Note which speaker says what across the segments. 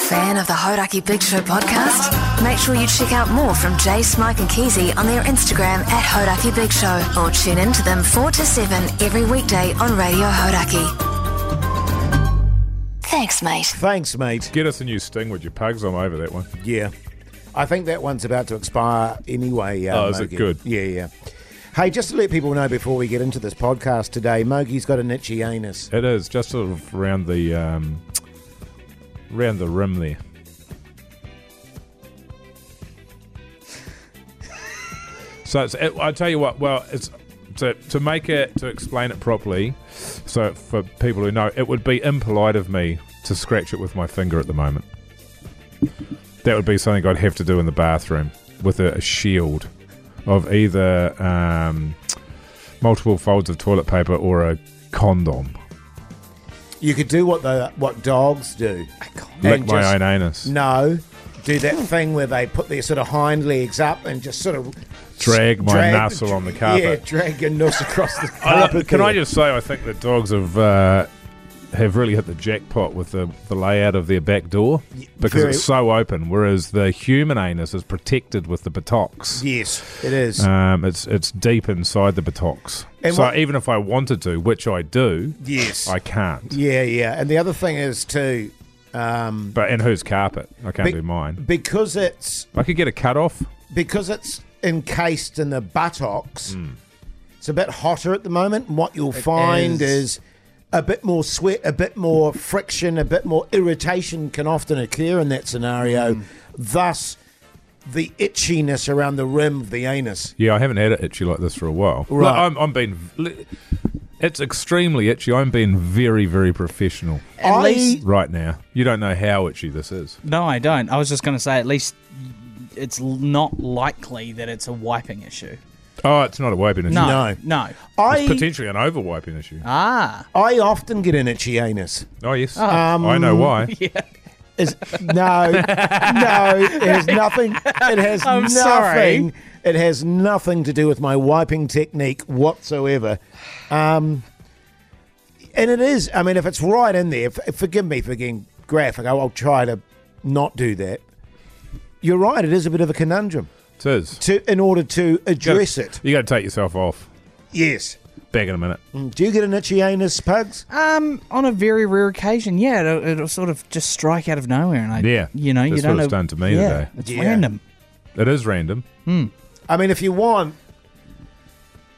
Speaker 1: fan of the Hodaki Big Show podcast? Make sure you check out more from Jay, Smike, and Keezy on their Instagram at Hodaki Big Show or tune in to them 4 to 7 every weekday on Radio Hodaki. Thanks, mate.
Speaker 2: Thanks, mate.
Speaker 3: Get us a new sting with your pugs. I'm over that one.
Speaker 2: Yeah. I think that one's about to expire anyway. Uh,
Speaker 3: Oh, is it
Speaker 2: Mogi.
Speaker 3: good?
Speaker 2: Yeah, yeah. Hey, just to let people know before we get into this podcast today, Mogi's got an itchy anus.
Speaker 3: It is just sort of round the um, round the rim there. So it's, it, I tell you what. Well, it's to to make it to explain it properly. So for people who know, it would be impolite of me to scratch it with my finger at the moment. That would be something I'd have to do in the bathroom with a, a shield of either um, multiple folds of toilet paper or a condom.
Speaker 2: You could do what the what dogs do.
Speaker 3: Lick
Speaker 2: And
Speaker 3: my
Speaker 2: just-
Speaker 3: own anus.
Speaker 2: No, do that thing where they put their sort of hind legs up and just sort of
Speaker 3: Drag my
Speaker 2: drag-
Speaker 3: nuzzle on the
Speaker 2: Yeah,
Speaker 3: carpet.
Speaker 2: drag your nuss across the
Speaker 3: I don't-
Speaker 2: carpet.
Speaker 3: can
Speaker 2: there.
Speaker 3: I just say I think the dogs have uh, have really hit the jackpot with the, the layout of their back door because
Speaker 2: very-
Speaker 3: it's so open, whereas the human anus is protected with the buttocks.
Speaker 2: Yes, it is.
Speaker 3: Um, it's it's deep inside the buttocks.
Speaker 2: And
Speaker 3: so
Speaker 2: what-
Speaker 3: even if I wanted to, which I do,
Speaker 2: yes.
Speaker 3: I can't.
Speaker 2: yeah, yeah. And the other thing is too, um,
Speaker 3: But and whose carpet? I can't
Speaker 2: Be-
Speaker 3: do mine.
Speaker 2: because it's
Speaker 3: I could get a cut off.
Speaker 2: because it's encased in the buttocks, it's a bit hotter at the moment. And what you'll find is.
Speaker 4: is.
Speaker 2: a bit more sweat, a bit more friction, a bit more irritation can often occur in that scenario. Thus, the itchiness around the rim of the anus.
Speaker 3: Yeah, I haven't had it itchy like this for a while. Look,
Speaker 2: Right.
Speaker 3: I'm, I'm being. It's extremely itchy. I'm being very, very professional.
Speaker 4: At
Speaker 2: I-
Speaker 4: least
Speaker 3: right now. You don't know how itchy this is.
Speaker 4: no, I don't. I was just going to say at least it's l- not likely that it's a wiping issue.
Speaker 3: Oh, it's not a wiping issue.
Speaker 4: No,
Speaker 2: No.
Speaker 4: no.
Speaker 3: It's
Speaker 2: I,
Speaker 3: potentially an over wiping issue.
Speaker 4: Ah,
Speaker 2: I often get an itchy anus.
Speaker 3: Oh, yes.
Speaker 2: Ah.
Speaker 3: I know
Speaker 2: Um,
Speaker 3: why.
Speaker 2: Is, no, no, it has nothing. It has
Speaker 4: I'm sorry.
Speaker 2: nothing. It has nothing to do with my wiping technique whatsoever. Um, and it is. I mean, if it's right in there, f- forgive me for getting graphic. I'll, I'll try to not do that. You're right. It is a bit of a conundrum
Speaker 3: It is.
Speaker 2: to in order to
Speaker 3: You gotta-
Speaker 2: address it.
Speaker 3: You got to take yourself off.
Speaker 2: Yes.
Speaker 3: Back in a minute.
Speaker 2: Do you get an itchy anus, pugs?
Speaker 4: um, on a very rare occasion, yeah, it'll, it'll sort of just strike out of nowhere, and I,
Speaker 3: Yeah,
Speaker 4: you know, you
Speaker 3: that's
Speaker 4: don't
Speaker 3: what
Speaker 4: know.
Speaker 3: it's done to me
Speaker 4: yeah,
Speaker 3: today.
Speaker 4: It's
Speaker 2: Yeah.
Speaker 4: random.
Speaker 3: It is random.
Speaker 2: I mean, if you want,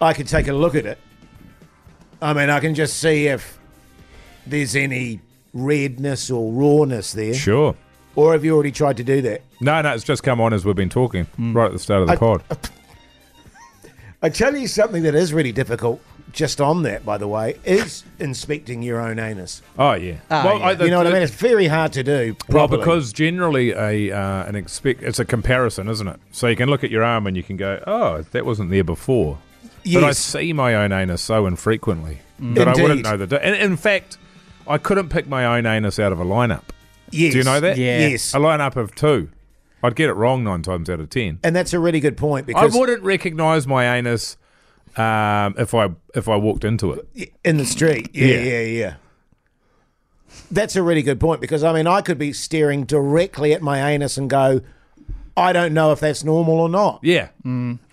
Speaker 2: I can take a look at it. I mean, I can just see if there's any redness or rawness there,
Speaker 3: Sure.
Speaker 2: or have you already tried to do that?
Speaker 3: No, no, it's just come on as we've been talking right at the start of the
Speaker 2: Mm. I-
Speaker 3: pod.
Speaker 2: I tell you something that is really difficult. Just on that, by the way, is inspecting your own anus.
Speaker 3: Oh, yeah.
Speaker 4: Ah,
Speaker 3: well,
Speaker 4: yeah.
Speaker 3: I, the-
Speaker 2: You know what I mean? It's very hard to do.
Speaker 3: Well,
Speaker 2: properly.
Speaker 3: because generally a uh, an expect it's a comparison, isn't it? So you can look at your arm and you can go, "Oh, that wasn't there before." But I
Speaker 2: Yes. Mm.
Speaker 3: see my own anus so infrequently that I
Speaker 2: Indeed.
Speaker 3: wouldn't know the. Di- and in fact, I couldn't pick my own anus out of a lineup,
Speaker 2: yes,
Speaker 3: do you know that?
Speaker 4: Yeah.
Speaker 2: Yes,
Speaker 3: a lineup of two. I'd get it wrong nine times out of ten.
Speaker 2: and that's a really good point
Speaker 3: I
Speaker 2: because
Speaker 3: wouldn't recognise my anus um, if I if I walked into it.
Speaker 2: in the street, yeah, yeah,
Speaker 3: Yeah.
Speaker 2: yeah, That's a really good point because I mean, I could be staring directly at my anus and go, I don't know if that's normal or not.
Speaker 3: Yeah,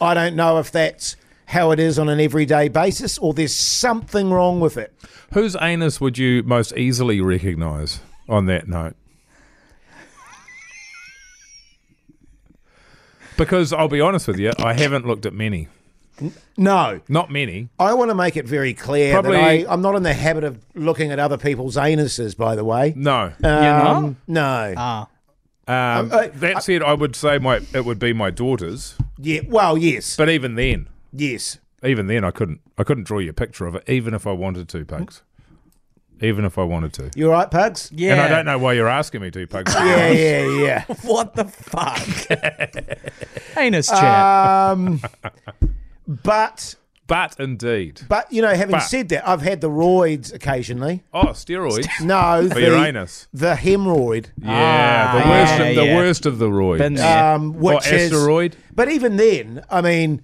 Speaker 2: I don't know if that's how it is on an everyday basis or there's something wrong with it.
Speaker 3: whose anus would you most easily recognise? On that note, because I'll be honest with you, I haven't looked at many,
Speaker 2: No,
Speaker 3: not many.
Speaker 2: I want to make it very clear
Speaker 3: Probably-
Speaker 2: that I, I'm not in the habit of looking at other people's anuses, by the way.
Speaker 3: No,
Speaker 2: Um, no.
Speaker 4: Ah,
Speaker 3: um,
Speaker 2: I-
Speaker 3: that said, I would say my it would be my daughter's,
Speaker 2: yeah, well, yes,
Speaker 3: but even then,
Speaker 2: yes.
Speaker 3: even then I couldn't I couldn't draw you a picture of it even if I wanted to, Pugs. Even if I wanted to.
Speaker 2: You all right, Pugs?
Speaker 4: yeah.
Speaker 3: And I don't know why you're asking me to, Pugs.
Speaker 2: Yeah, yeah, yeah.
Speaker 4: What the fuck? Anus chat.
Speaker 3: Uh,
Speaker 2: um, but.
Speaker 3: But indeed.
Speaker 2: But you know, having
Speaker 3: But-
Speaker 2: said that, I've had the roids occasionally.
Speaker 3: Oh, steroids.
Speaker 2: No,
Speaker 3: For
Speaker 2: the,
Speaker 3: your anus.
Speaker 2: the hemorrhoid,
Speaker 3: Yeah, the
Speaker 4: Ah,
Speaker 3: worst
Speaker 4: yeah,
Speaker 3: of the
Speaker 4: yeah.
Speaker 3: worst of the roids.
Speaker 4: Been there.
Speaker 2: um, which
Speaker 3: or
Speaker 2: is.
Speaker 3: asteroid.
Speaker 2: But even then, I mean,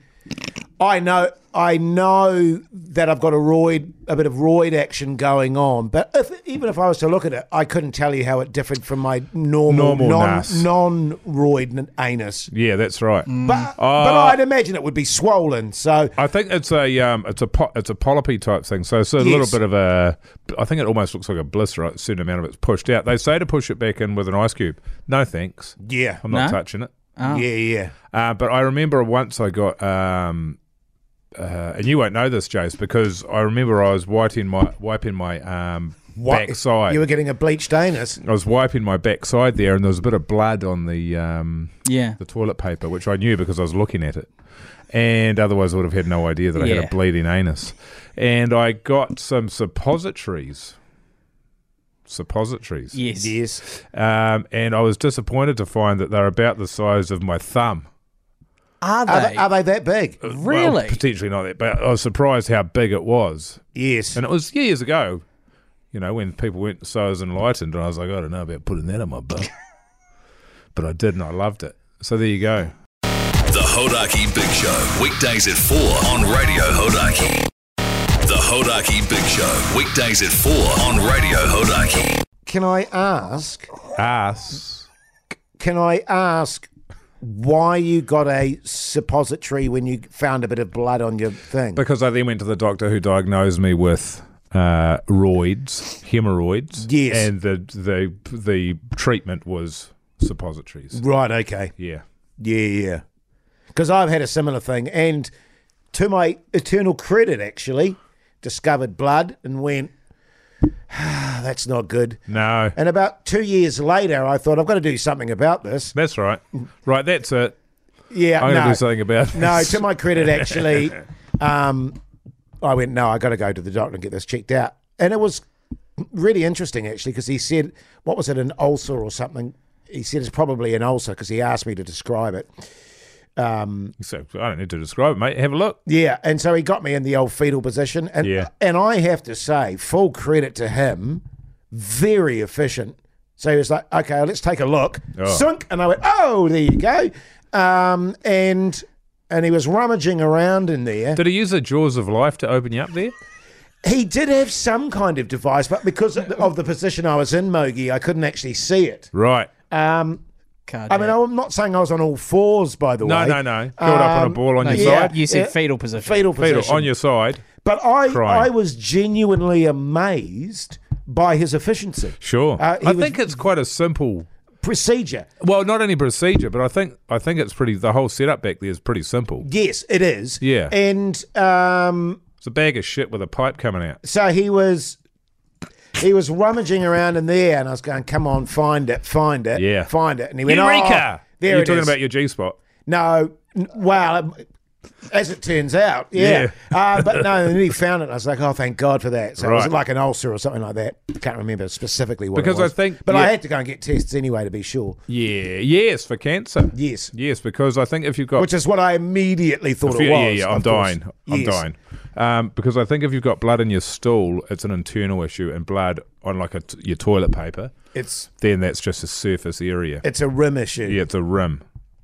Speaker 2: I know, I know that I've got a roid, a bit of roid action going on. But if, even if I was to look at it, I couldn't tell you how it differed from my normal,
Speaker 3: Normal
Speaker 2: non,
Speaker 3: nas. Mm.
Speaker 2: non-roid anus.
Speaker 3: Yeah, that's right.
Speaker 2: But, but
Speaker 3: Uh,
Speaker 2: I'd imagine it would be swollen. So
Speaker 3: I think it's a um, it's a po- it's a polypy type thing. So it's a little
Speaker 2: Yes.
Speaker 3: bit of a. I think it almost looks like a blister. A certain amount of it's pushed out. They say to push it back in with an ice cube. No thanks.
Speaker 2: yeah,
Speaker 3: I'm not
Speaker 4: No?
Speaker 3: touching it.
Speaker 2: yeah, yeah.
Speaker 3: Uh, but I remember once I got, um, uh, and you won't know this, Jace, because I remember I was wiping my wiping my um,
Speaker 2: What-
Speaker 3: backside.
Speaker 2: You were getting a bleached anus.
Speaker 3: I was wiping my backside there, and there was a bit of blood on the um,
Speaker 4: Yeah.
Speaker 3: the toilet paper, which I knew because I was looking at it. And otherwise, I would have had no idea that I had
Speaker 4: Yeah.
Speaker 3: a bleeding anus. And I got some suppositories. Suppositories.
Speaker 4: Yes.
Speaker 2: Yes.
Speaker 3: Um, and I was disappointed to find that they're about the size of my thumb.
Speaker 4: Are they?
Speaker 2: Are they, are they that big?
Speaker 3: Uh,
Speaker 4: really?
Speaker 3: Well, potentially not that, but I was surprised how big it was.
Speaker 2: Yes.
Speaker 3: And it was years ago, you know, when people went, so I was enlightened, and I was like, I don't know about putting that on my butt. but I did, and I loved it. So there you go.
Speaker 5: The Hodaki Big Show, weekdays at 4 on Radio Hodaki. The Hodaki Big Show, weekdays at 4 on Radio Hodaki.
Speaker 2: Can I ask?
Speaker 3: Ass.
Speaker 2: Can I ask why you got a suppository when you found a bit of blood on your thing?
Speaker 3: Because I then went to the doctor who diagnosed me with uh, roids, hemorrhoids.
Speaker 2: Yes.
Speaker 3: And the, the, the treatment was suppositories.
Speaker 2: right. Okay.
Speaker 3: Yeah.
Speaker 2: Yeah, yeah. Because I've had a similar thing, and to my eternal credit, actually, discovered blood and went, "Ah, "That's not good."
Speaker 3: No.
Speaker 2: And about two years later, I thought, "I've got to do something about this."
Speaker 3: That's right. Right, that's it.
Speaker 2: Yeah,
Speaker 3: I'm going to
Speaker 2: no,
Speaker 3: do something about this. uh,
Speaker 2: no. To my credit, actually, um, I went, "No, I got to go to the doctor and get this checked out." And it was really interesting, actually, because he said, "What was it? An ulcer or something?" He said it's probably an ulcer because he asked me to describe it.
Speaker 3: So I don't need to describe it, mate. Have a look.
Speaker 2: Yeah, and so he got me in the old fetal position, and
Speaker 3: Yeah.
Speaker 2: and I have to say, full credit to him, very efficient. So he was like, "Okay, let's take a look."
Speaker 3: Oh.
Speaker 2: Sunk, and I went, "Oh, there you go," um, and and he was rummaging around in there.
Speaker 3: Did he use the jaws of life to open you up there?
Speaker 2: He did have some kind of device, but because of the- of the position I was in, Mogi, I couldn't actually see it.
Speaker 3: Right.
Speaker 2: Um, I
Speaker 4: Cardiac.
Speaker 2: mean, I'm not saying I was on all fours, by the
Speaker 3: No,
Speaker 2: way.
Speaker 3: no, no. Curled up on a
Speaker 2: Um,
Speaker 3: ball on
Speaker 4: No,
Speaker 3: your
Speaker 4: you
Speaker 2: yeah.
Speaker 4: said-
Speaker 3: side.
Speaker 4: You said
Speaker 2: Yeah.
Speaker 4: fetal position.
Speaker 2: Fetal position.
Speaker 3: Fetal on your side.
Speaker 2: But I,
Speaker 3: Crying.
Speaker 2: I was genuinely amazed by his efficiency.
Speaker 3: Sure.
Speaker 2: Uh, he
Speaker 3: I
Speaker 2: was-
Speaker 3: think it's quite a simple.
Speaker 2: Procedure.
Speaker 3: Well, not only procedure, but I think I think it's pretty. The whole setup back there is pretty simple.
Speaker 2: Yes, it is.
Speaker 3: Yeah.
Speaker 2: And um,
Speaker 3: It's a bag of shit with a pipe coming out.
Speaker 2: so he was. He was rummaging around in there, and I was going, "Come on, find it, find it,
Speaker 3: Yeah.
Speaker 2: find it." And he went,
Speaker 3: Eureka!
Speaker 2: "Oh, there
Speaker 3: You're
Speaker 2: it
Speaker 3: talking
Speaker 2: is."
Speaker 3: about your G spot.
Speaker 2: No, n- well, um, as it turns out, yeah. Uh, but no, and then he found it. And I was like, oh, thank God for that. So it was
Speaker 3: Right.
Speaker 2: like an ulcer or something like that. I can't remember specifically what. it
Speaker 3: Because I
Speaker 2: was.
Speaker 3: think-
Speaker 2: but I
Speaker 3: yeah.
Speaker 2: had to go and get tests anyway to be sure.
Speaker 3: Yeah. Yes, for cancer.
Speaker 2: Yes.
Speaker 3: Yes, because I think if you've got
Speaker 2: Which is what I immediately thought
Speaker 3: If you-
Speaker 2: it was.
Speaker 3: yeah, yeah, I'm
Speaker 2: of course.
Speaker 3: dying. I'm
Speaker 2: Yes.
Speaker 3: dying. Um, because I think if you've got blood in your stool, it's an internal issue, and blood on like a t- your toilet paper,
Speaker 2: It's
Speaker 3: then that's just a surface area.
Speaker 2: it's a rim issue.
Speaker 3: yeah, it's a rim.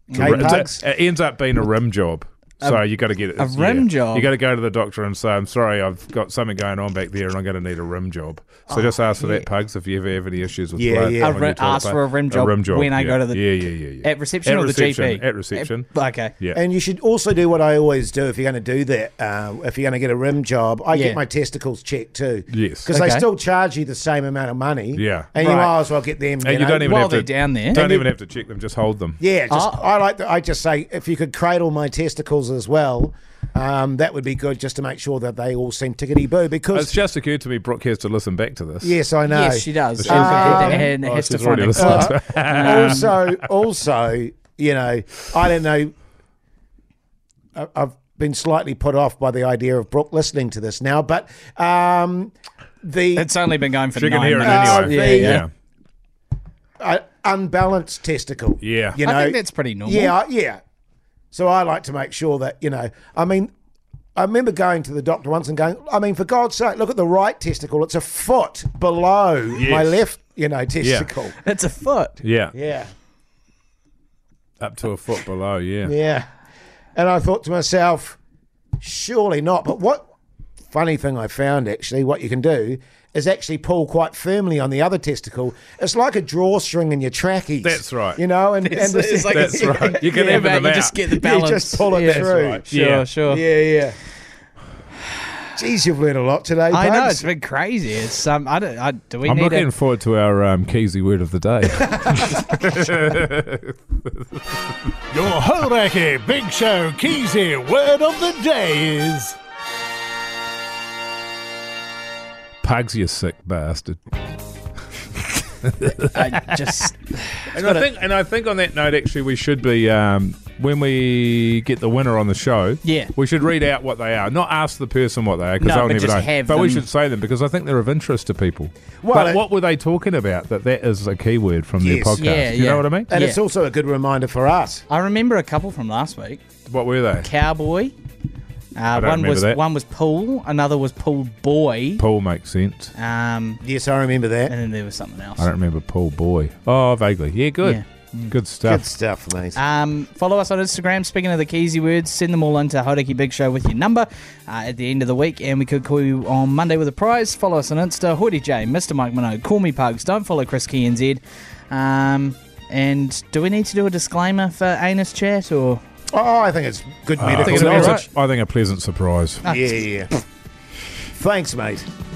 Speaker 3: It's a
Speaker 2: Okay,
Speaker 3: ri- it's a-
Speaker 2: Pugs?
Speaker 3: it ends up being a rim job. So you got to get
Speaker 4: a
Speaker 3: it's-
Speaker 4: rim job?
Speaker 3: You got to go to the doctor and say, "I'm sorry, I've got something going on back there, and I'm going to need a rim job." So
Speaker 4: Oh,
Speaker 3: just ask for that, pugs, if you ever have any issues with
Speaker 2: Yeah,
Speaker 3: blood.
Speaker 2: yeah.
Speaker 3: on
Speaker 2: A
Speaker 3: your
Speaker 4: ri-
Speaker 3: toilet
Speaker 4: ask
Speaker 3: paper.
Speaker 4: for a rim job when I
Speaker 3: yeah.
Speaker 4: go to the-
Speaker 3: yeah, yeah, yeah, yeah.
Speaker 4: At reception or the
Speaker 3: reception,
Speaker 4: GP?
Speaker 3: At reception.
Speaker 4: At- okay.
Speaker 3: yeah.
Speaker 2: And you should also do what I always do if you're going to do that. Uh, if you're going to get a rim job, I
Speaker 4: Yeah.
Speaker 2: get my testicles checked too.
Speaker 3: Yes.
Speaker 2: because they
Speaker 4: Okay.
Speaker 2: still charge you the same amount of money.
Speaker 3: Yeah.
Speaker 2: and you
Speaker 4: Right.
Speaker 2: might as well get them.
Speaker 3: And you
Speaker 2: know.
Speaker 3: don't even
Speaker 4: While
Speaker 3: have to
Speaker 4: they're down there.
Speaker 3: Don't
Speaker 2: And you-
Speaker 3: even have to check them. Just hold them.
Speaker 2: Yeah, just
Speaker 4: Oh.
Speaker 2: I like. The, I just say if you could cradle my testicles as well, um, that would be good, just to make sure that they all seem tickety boo.
Speaker 3: It's
Speaker 2: Because
Speaker 3: just occurred to me Brooke has to listen back to this.
Speaker 2: yes, I know.
Speaker 4: Yes, she does.
Speaker 3: She's
Speaker 4: and,
Speaker 3: already-
Speaker 4: and, and
Speaker 3: Oh,
Speaker 4: Uh, has to
Speaker 3: she's
Speaker 4: find
Speaker 3: already
Speaker 4: a
Speaker 3: listening
Speaker 4: club.
Speaker 3: to it.
Speaker 2: also, also, you know, I don't know. I- I've been slightly put off by the idea of Brooke listening to this now, but um, the
Speaker 4: It's only been going for
Speaker 3: She can
Speaker 4: nine
Speaker 3: hear it
Speaker 4: minutes.
Speaker 2: Oh,
Speaker 3: anyway.
Speaker 2: yeah,
Speaker 4: yeah.
Speaker 3: yeah.
Speaker 2: uh, unbalanced testicle.
Speaker 3: Yeah.
Speaker 2: you know,
Speaker 4: I think that's pretty normal.
Speaker 2: Yeah, I- yeah. So I like to make sure that you know. I mean, I remember going to the doctor once and going. I mean, for God's sake, look at the right testicle. It's a foot below my left, you know, testicle.
Speaker 4: It's a foot.
Speaker 3: Yeah.
Speaker 2: Yeah.
Speaker 3: Up to a foot below. Yeah.
Speaker 2: yeah, And I thought to myself, Surely not. But what funny thing I found actually, what you can do is actually pull quite firmly on the other testicle. It's like a drawstring in your trackies.
Speaker 3: That's right.
Speaker 2: You know, and,
Speaker 4: It's-
Speaker 2: and
Speaker 4: it's like-
Speaker 3: That's right. You can
Speaker 4: Yeah,
Speaker 3: have
Speaker 4: mate,
Speaker 3: them
Speaker 4: you
Speaker 3: out.
Speaker 4: just get the
Speaker 2: you
Speaker 4: balance.
Speaker 2: just pull it
Speaker 4: Yeah.
Speaker 2: through.
Speaker 4: Sure,
Speaker 3: Yeah.
Speaker 4: sure.
Speaker 2: Yeah, yeah. Geez, you've learned a lot today.
Speaker 4: I know
Speaker 2: Bugs.
Speaker 4: it's been crazy. It's um, I don't, I, do we
Speaker 3: I'm
Speaker 4: need
Speaker 3: looking
Speaker 4: a,
Speaker 3: forward to our um, Keezy word of the day.
Speaker 6: Your Horaki Big Show Keezy word of the day is.
Speaker 3: Pugs, you sick bastard.
Speaker 4: I just
Speaker 3: And I think, and I think on that note, actually, we should be um, when we get the winner on the show.
Speaker 4: Yeah.
Speaker 3: we should read out what they are, not ask the person what they are because
Speaker 4: No,
Speaker 3: they'll
Speaker 4: but
Speaker 3: never
Speaker 4: just
Speaker 3: know.
Speaker 4: have
Speaker 3: but we
Speaker 4: them-
Speaker 3: should say them because I think they're of interest to people.
Speaker 2: Well,
Speaker 3: but
Speaker 2: it-
Speaker 3: what were they talking about? That that is a keyword from
Speaker 2: Yes.
Speaker 3: their podcast.
Speaker 4: Yeah,
Speaker 3: you
Speaker 4: yeah.
Speaker 3: know what I mean?
Speaker 2: And
Speaker 4: Yeah.
Speaker 2: it's also a good reminder for us.
Speaker 4: I remember a couple from last week.
Speaker 3: What were they?
Speaker 4: Cowboy. Uh,
Speaker 3: don't
Speaker 4: one
Speaker 3: remember
Speaker 4: was
Speaker 3: that.
Speaker 4: one was pool. Another was pool boy.
Speaker 3: Paul makes sense.
Speaker 4: Um,
Speaker 2: Yes, I remember
Speaker 4: and
Speaker 2: that.
Speaker 4: then there was something else.
Speaker 3: I don't remember Paul Boy. Oh, vaguely. Yeah, good. Good
Speaker 2: Good
Speaker 3: stuff.
Speaker 2: stuff, mate.
Speaker 4: Um, follow us on Instagram. Speaking of the Keezy words, send them all into Hodaki Big Show with your number uh, at the end of the week, and we could call you on Monday with a prize. Follow us on Insta, Hoity J, Mr. Mike Minogue, Call Me Pugs. Don't follow Chris Key and Zed. Um, and do we need to do a disclaimer for anus chat or?
Speaker 2: oh, I think it's good
Speaker 3: Uh, I
Speaker 2: medical
Speaker 3: think, it'll be
Speaker 2: knowledge.
Speaker 3: right. I think a pleasant surprise.
Speaker 2: Yeah, yeah. Thanks, mate.